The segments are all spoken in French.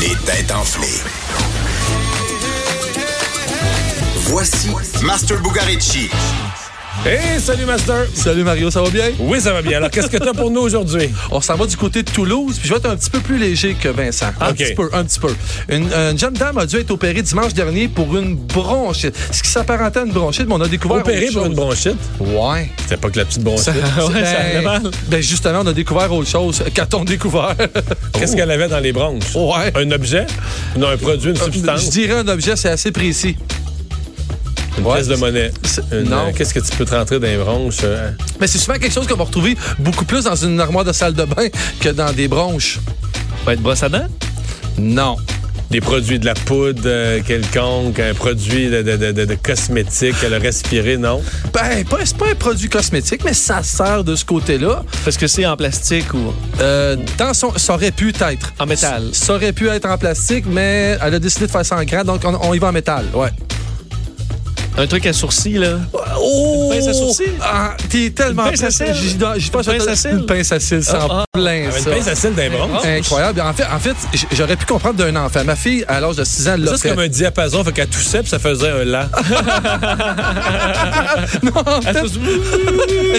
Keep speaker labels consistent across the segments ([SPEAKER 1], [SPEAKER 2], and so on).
[SPEAKER 1] Les têtes enflées. Voici Master Bugarici.
[SPEAKER 2] Hey, salut Master!
[SPEAKER 3] Salut Mario, ça va bien?
[SPEAKER 2] Oui, ça va bien. Alors, qu'est-ce que t'as pour nous aujourd'hui?
[SPEAKER 3] On s'en va du côté de Toulouse, puis je vais être un petit peu plus léger que Vincent. Un
[SPEAKER 2] Ok.
[SPEAKER 3] petit peu, un petit peu. Une, une jeune dame a dû être opérée dimanche dernier pour une bronchite. Ce qui s'apparentait à une bronchite, mais on a découvert.
[SPEAKER 2] Opéré
[SPEAKER 3] autre
[SPEAKER 2] pour
[SPEAKER 3] chose.
[SPEAKER 2] une bronchite.
[SPEAKER 3] Ouais.
[SPEAKER 2] C'est pas que la petite bronchite.
[SPEAKER 3] Ben,
[SPEAKER 2] allait mal.
[SPEAKER 3] ben justement, on a découvert autre chose. Qu'a-t-on découvert?
[SPEAKER 2] Qu'est-ce qu'elle avait dans les bronches?
[SPEAKER 3] Ouais.
[SPEAKER 2] Un objet? Non, un produit, une
[SPEAKER 3] Oh. Ah, Je
[SPEAKER 2] substance?
[SPEAKER 3] dirais un objet, c'est assez précis.
[SPEAKER 2] Une
[SPEAKER 3] ouais.
[SPEAKER 2] pièce de monnaie?
[SPEAKER 3] C'est-
[SPEAKER 2] Une,
[SPEAKER 3] non.
[SPEAKER 2] euh, Qu'est-ce que tu peux te rentrer dans les bronches? euh,
[SPEAKER 3] Mais c'est souvent quelque chose qu'on va retrouver beaucoup plus dans une armoire de salle de bain que dans des bronches.
[SPEAKER 4] Va être brosse à dents?
[SPEAKER 3] Non.
[SPEAKER 2] Des produits de la poudre euh, quelconque, un produit de, de, de, de- de cosmétique qu'elle a respiré, non?
[SPEAKER 3] Ben, pas- c'est pas un produit cosmétique, mais ça sert de ce côté-là.
[SPEAKER 4] Parce que c'est en plastique ou.
[SPEAKER 3] Euh, dans son, ça aurait pu être.
[SPEAKER 4] En métal.
[SPEAKER 3] Ça aurait pu être en plastique, mais elle a décidé de faire ça en grand, donc on, on y va en métal. Ouais.
[SPEAKER 4] Un truc à sourcils, là.
[SPEAKER 3] Oh!
[SPEAKER 4] Une pince à sourcils?
[SPEAKER 3] Ah, T'es tellement.
[SPEAKER 4] Une pince à cils?
[SPEAKER 3] J'y- j'y pense
[SPEAKER 4] Une pince
[SPEAKER 3] à-
[SPEAKER 4] à cils?
[SPEAKER 3] Une pince à cils, c'est en
[SPEAKER 4] Ah, ah.
[SPEAKER 3] plein,
[SPEAKER 2] Une
[SPEAKER 3] ça. Ah.
[SPEAKER 2] pince à cils dans les bronches?
[SPEAKER 3] Incroyable. En fait, en fait j- j'aurais pu comprendre d'un enfant. Ma fille, à l'âge de 6 ans, l'a
[SPEAKER 2] Ça, c'est
[SPEAKER 3] fait.
[SPEAKER 2] comme un diapason, fait qu'elle toussait puis ça faisait un la.
[SPEAKER 3] Ah, Non, en fait, elle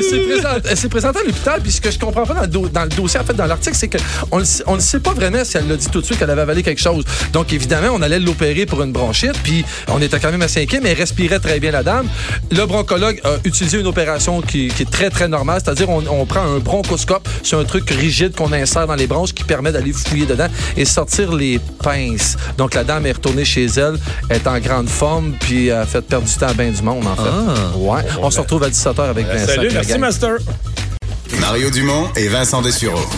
[SPEAKER 3] s'est présente- elle s'est présentée à l'hôpital, puis ce que je comprends pas dans le, do- dans le dossier, en fait, dans l'article, c'est qu'on ne sait pas vraiment si elle l'a dit tout de suite qu'elle avait avalé quelque chose. Donc, évidemment, on allait l'opérer pour une bronchite, puis on était quand même assez inquiets, mais elle respirait très bien la dame. Le bronchologue a utilisé une opération qui, qui est très, très normale, c'est-à-dire on, on prend un bronchoscope, c'est un truc rigide qu'on insère dans les bronches qui permet d'aller fouiller dedans et sortir les pinces. Donc, la dame est retournée chez elle, elle est en grande forme, puis a fait perdre du temps à bien du monde, en fait. Ouais. On se retrouve à 17h avec Vincent.
[SPEAKER 2] Salut,
[SPEAKER 3] et la
[SPEAKER 2] merci
[SPEAKER 3] ben, gang.
[SPEAKER 2] Master.
[SPEAKER 1] Mario Dumont et Vincent Dessureau.